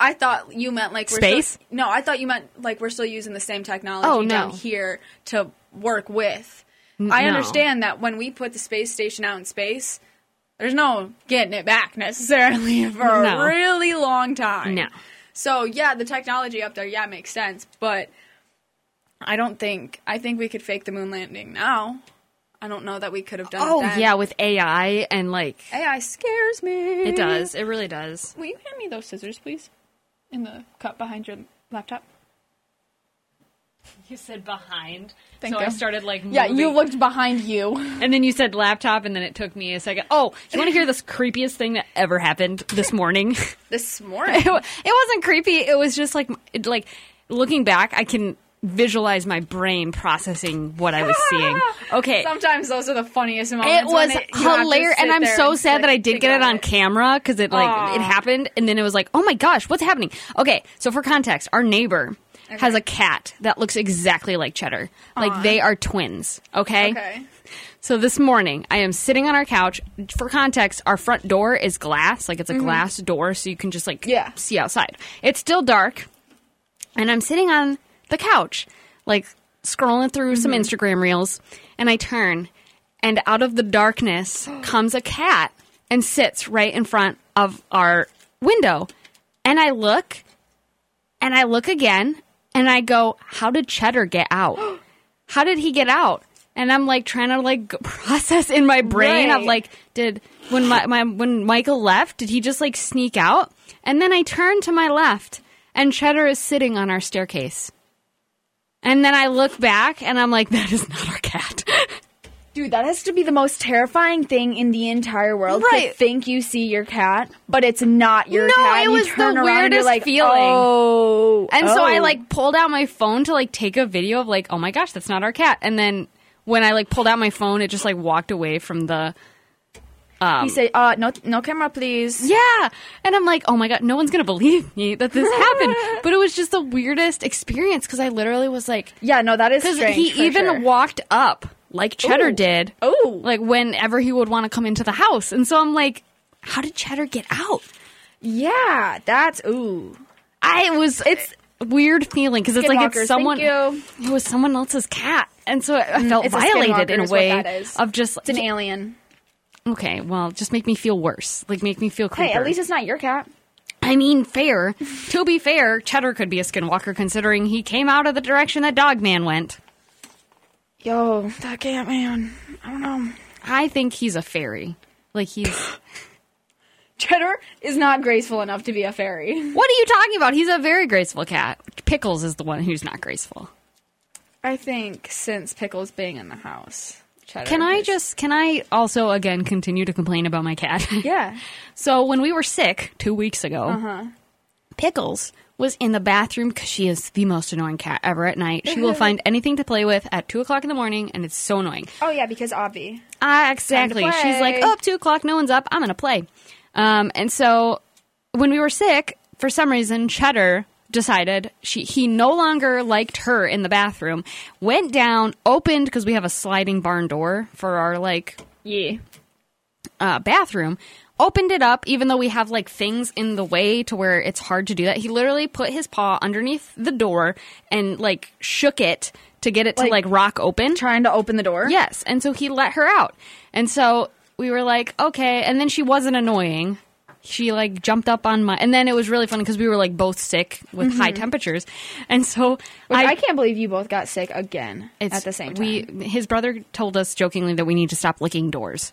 Speaker 1: I thought you meant like we're
Speaker 2: Space?
Speaker 1: Still, no, I thought you meant like we're still using the same technology
Speaker 2: Oh, no.
Speaker 1: down here to work with. I
Speaker 2: no.
Speaker 1: understand that when we put the space station out in space, there's no getting it back necessarily (laughs) for
Speaker 2: No.
Speaker 1: a really long time.
Speaker 2: No.
Speaker 1: So yeah, the technology up there, yeah, makes sense, but I don't think I think we could fake the moon landing now. I don't know that we could have done.
Speaker 2: Oh
Speaker 1: it then.
Speaker 2: yeah, with AI and like
Speaker 1: AI scares me.
Speaker 2: it does. It really does.
Speaker 1: Will you hand me those scissors, please? In the cup behind your laptop.
Speaker 2: You said behind,
Speaker 1: Thank
Speaker 2: so I
Speaker 1: you.
Speaker 2: started like
Speaker 1: Yeah, you
Speaker 2: moving.
Speaker 1: looked behind you.
Speaker 2: and then you said laptop, and then it took me a second. Oh, you want to hear this creepiest thing that ever happened this morning?
Speaker 1: (laughs)
Speaker 2: (laughs)
Speaker 1: This morning.
Speaker 2: it wasn't creepy. It was just like it, like looking back, I can visualize my brain processing what I was (laughs)
Speaker 1: (laughs)
Speaker 2: (laughs) seeing. Okay.
Speaker 1: Sometimes those are the funniest moments.
Speaker 2: it was hilarious, and I'm so sad that I did get it on
Speaker 1: camera.
Speaker 2: camera because it like
Speaker 1: Aw.
Speaker 2: it happened, and then it was like, oh my gosh, what's happening? Okay, so for context, our neighbor has a cat that looks exactly like Cheddar, like they are twins. Okay,
Speaker 1: Okay.
Speaker 2: so this morning, I am sitting on our couch. For context, our front door is glass, like it's a glass door, so you can just like
Speaker 1: Yeah.
Speaker 2: see outside. It's still dark, and I'm sitting on the couch, like scrolling through some Instagram reels, and I turn, and out of the darkness comes a cat and sits right in front of our window. And I look, and I look again, and I go, How did Cheddar get out? How did he get out? And I'm like trying to like (laughs) process in my brain of
Speaker 1: Right.
Speaker 2: like, did when my, my when Michael left, did he just like sneak out? And then I turn to my left, and Cheddar is sitting on our staircase. And then I look back, and I'm like, that is not our cat. (laughs)
Speaker 1: Dude, that has to be the most terrifying thing in the entire world. to
Speaker 2: Right.
Speaker 1: think you see your cat, but it's not your
Speaker 2: No,
Speaker 1: cat.
Speaker 2: it
Speaker 1: and you
Speaker 2: was the
Speaker 1: turn around and you're
Speaker 2: weirdest
Speaker 1: like,
Speaker 2: feeling.
Speaker 1: Oh,
Speaker 2: And so I
Speaker 1: oh.
Speaker 2: like pulled out my phone to like take a video of like, oh my gosh, that's not our cat. And then when I like pulled out my phone, it just like walked away from the
Speaker 1: You say, uh, no, no camera, please.
Speaker 2: yeah. And I'm like, oh my god, no one's gonna believe me
Speaker 1: (laughs)
Speaker 2: that this happened. but it was just the weirdest experience because I literally was like,
Speaker 1: Yeah, no, that is
Speaker 2: because
Speaker 1: strange.
Speaker 2: he
Speaker 1: for
Speaker 2: even
Speaker 1: sure. Oh,
Speaker 2: walked up like Cheddar
Speaker 1: Ooh.
Speaker 2: did.
Speaker 1: Ooh.
Speaker 2: like whenever he would want to come into the house. And so I'm like, how did Cheddar get out?
Speaker 1: yeah, that's ooh.
Speaker 2: I was it's a weird feeling because it's like
Speaker 1: Skinwalkers,
Speaker 2: it's someone
Speaker 1: thank
Speaker 2: it was someone else's cat and so I felt
Speaker 1: it's a
Speaker 2: violated
Speaker 1: skinwalker
Speaker 2: in a
Speaker 1: is what
Speaker 2: way
Speaker 1: that is.
Speaker 2: of just
Speaker 1: It's an alien.
Speaker 2: okay, well, just make me feel worse. Like make me feel creeper.
Speaker 1: Hey, at least it's not your cat.
Speaker 2: I mean, fair. (laughs) to be fair, Cheddar could be a skinwalker considering he came out of the direction that Dogman went.
Speaker 1: Yo, that cat man. I don't know.
Speaker 2: I think he's a fairy. Like
Speaker 1: (laughs)
Speaker 2: he's
Speaker 1: Cheddar is not graceful enough to be a fairy.
Speaker 2: What are you talking about? He's a very graceful cat. Pickles is the one who's not graceful.
Speaker 1: I think since Pickles being in the house, Cheddar.
Speaker 2: Can I
Speaker 1: is-
Speaker 2: just can I also again continue to complain about my cat? (laughs)
Speaker 1: Yeah.
Speaker 2: So when we were sick two weeks ago, Pickles was in the bathroom because she is the most annoying cat ever at night. She will find anything to play with at two o'clock in the morning, and it's so annoying.
Speaker 1: Oh yeah, because Obvi.
Speaker 2: Ah, exactly. She's like,
Speaker 1: play.
Speaker 2: oh, two o'clock, no one's up. I'm gonna play. Um, and so when we were sick, for some reason, Cheddar decided she he no longer liked her in the bathroom. Went down, opened because we have a sliding barn door for our like
Speaker 1: Yeah.
Speaker 2: uh, bathroom, opened it up, even though we have like things in the way to where it's hard to do that. He literally put his paw underneath the door and like shook it to get it to
Speaker 1: Like-
Speaker 2: like rock open.
Speaker 1: Trying to open the door.
Speaker 2: Yes. And so he let her out. And so we were like, okay. And then she wasn't annoying. She like jumped up on my, and then it was really fun because we were like both sick with high temperatures, and so
Speaker 1: Mm-hmm. Which I, can't believe you both got sick again at the same time.
Speaker 2: We his brother told us jokingly that we need to stop licking doors.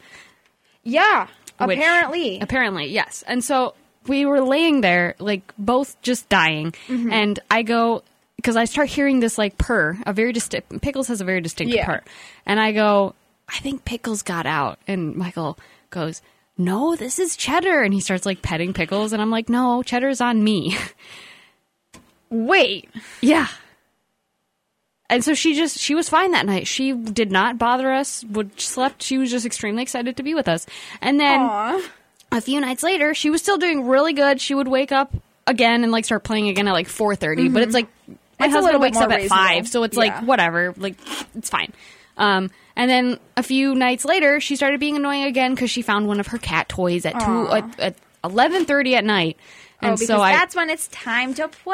Speaker 1: yeah.
Speaker 2: which-
Speaker 1: apparently.
Speaker 2: Apparently, yes. And so we were laying there, like both just dying.
Speaker 1: Mm-hmm.
Speaker 2: And I go, because I start hearing this like purr, a very distinct, Pickles has a very distinct
Speaker 1: Yeah.
Speaker 2: purr. And I go, I think Pickles got out. And Michael goes, No, this is Cheddar. And he starts like petting Pickles. And I'm like, No, Cheddar's on me. (laughs)
Speaker 1: Wait.
Speaker 2: yeah. And so she just she was fine that night. She did not bother us. Would slept. She was just extremely excited to be with us. And then
Speaker 1: Aw.
Speaker 2: a few nights later, she was still doing really good. She would wake up again and like start playing again at like 4:30, but it's like my
Speaker 1: It's Mm-hmm. a little bit
Speaker 2: husband wakes up
Speaker 1: more
Speaker 2: at 5,
Speaker 1: reasonable.
Speaker 2: so it's
Speaker 1: Yeah.
Speaker 2: like whatever, like it's fine. Um and then a few nights later, she started being annoying again cuz she found one of her cat toys at 2 at, at 11:30 at night. And
Speaker 1: oh, because
Speaker 2: so I
Speaker 1: that's when it's time to play.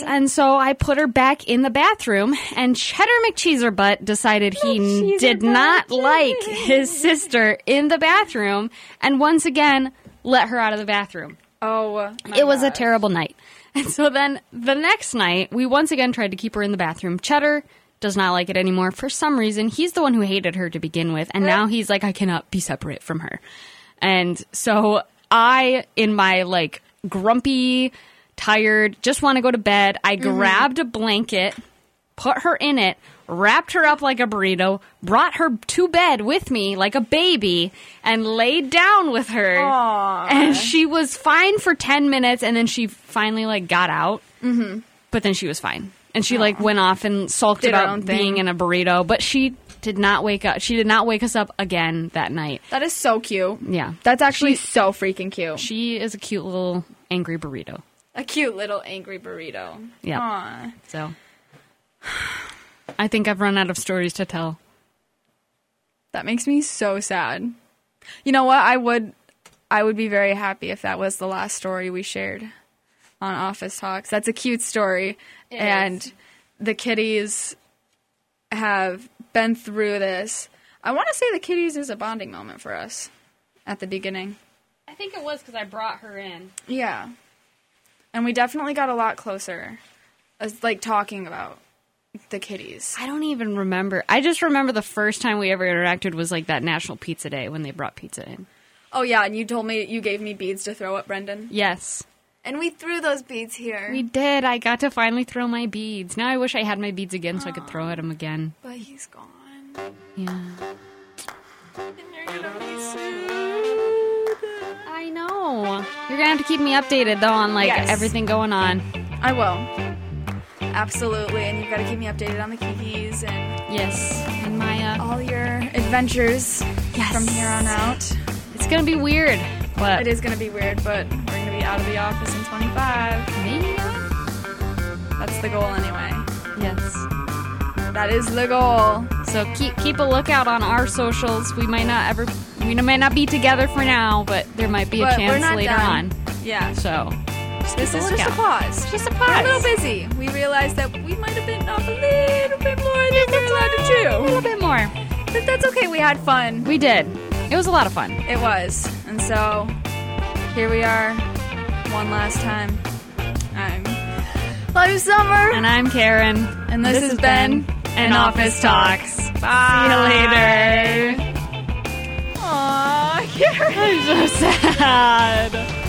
Speaker 2: Yes, and so I put her back in the bathroom, and Cheddar McCheeserbutt decided he n- did not like his sister in the bathroom, and once again let her out of the bathroom.
Speaker 1: Oh, my
Speaker 2: it was a
Speaker 1: God.
Speaker 2: terrible night. (laughs) And so then the next night, we once again tried to keep her in the bathroom. Cheddar does not like it anymore for some reason. He's the one who hated her to begin with, and now he's like, I cannot be separate from her. And so I, in my like grumpy, tired, just want to go to bed, I grabbed a blanket, put her in it, wrapped her up like a burrito, brought her to bed with me like a baby, and laid down with her and she was fine for 10 minutes and then she finally like got out mm-hmm. but then she was fine and she like went off and sulked
Speaker 1: Oh. Did her own
Speaker 2: about
Speaker 1: thing.
Speaker 2: being in a burrito but she did not wake up she did not wake us up again that night
Speaker 1: That is so cute.
Speaker 2: yeah
Speaker 1: That's actually so freaking cute.
Speaker 2: she is a cute little angry burrito
Speaker 1: a cute little angry burrito.
Speaker 2: yeah
Speaker 1: Aw.
Speaker 2: so i think i've run out of stories to tell
Speaker 1: That makes me so sad. You know what? I would I would be very happy if that was the last story we shared on Office Talks. That's a cute story. and the kitties have been through this. I want to say the kitties is a bonding moment for us at the beginning.
Speaker 2: i think it was because i brought her in
Speaker 1: Yeah. And we definitely got a lot closer as like talking about the kitties.
Speaker 2: i don't even remember i just remember the first time we ever interacted was like that national pizza day when they brought pizza in
Speaker 1: Oh yeah, and you told me you gave me beads to throw at Brendan.
Speaker 2: yes
Speaker 1: And we threw those beads here.
Speaker 2: We did. I got to finally throw my beads. Now I wish I had my beads again so I could throw at them again.
Speaker 1: But he's gone.
Speaker 2: Yeah.
Speaker 1: And you're gonna be sued.
Speaker 2: I know. You're gonna have to keep me updated though on like
Speaker 1: Yes.
Speaker 2: everything going on.
Speaker 1: I will. Absolutely. And you've gotta keep me updated on the kitties and
Speaker 2: Yes. And uh, Maya.
Speaker 1: all your adventures
Speaker 2: Yes. Uh,
Speaker 1: from here on out.
Speaker 2: It's gonna be weird, but
Speaker 1: It is gonna be weird, but we're gonna be out of the office in 25.
Speaker 2: maybe not.
Speaker 1: That's the goal anyway.
Speaker 2: Yes.
Speaker 1: That is the goal.
Speaker 2: So keep keep a lookout on our socials. We might not ever. We might not be together for now, but there might be a
Speaker 1: But we're
Speaker 2: chance
Speaker 1: not
Speaker 2: later
Speaker 1: done.
Speaker 2: on.
Speaker 1: Yeah.
Speaker 2: So Just
Speaker 1: This
Speaker 2: keep
Speaker 1: is just
Speaker 2: a
Speaker 1: a
Speaker 2: lookout.
Speaker 1: pause.
Speaker 2: Just a
Speaker 1: We're a little
Speaker 2: pause.
Speaker 1: busy. We realized that we might have bitten off a little bit more than we're allowed
Speaker 2: A
Speaker 1: to
Speaker 2: little bit more.
Speaker 1: chew. But that's okay. We had fun.
Speaker 2: We did. It was a lot of fun.
Speaker 1: It was. And so here we are one last time. I'm Love Summer.
Speaker 2: And I'm Karen.
Speaker 1: And this, has been
Speaker 2: An Office Talks.
Speaker 1: Bye.
Speaker 2: See you later.
Speaker 1: Aw, Karen.
Speaker 2: I'm so sad.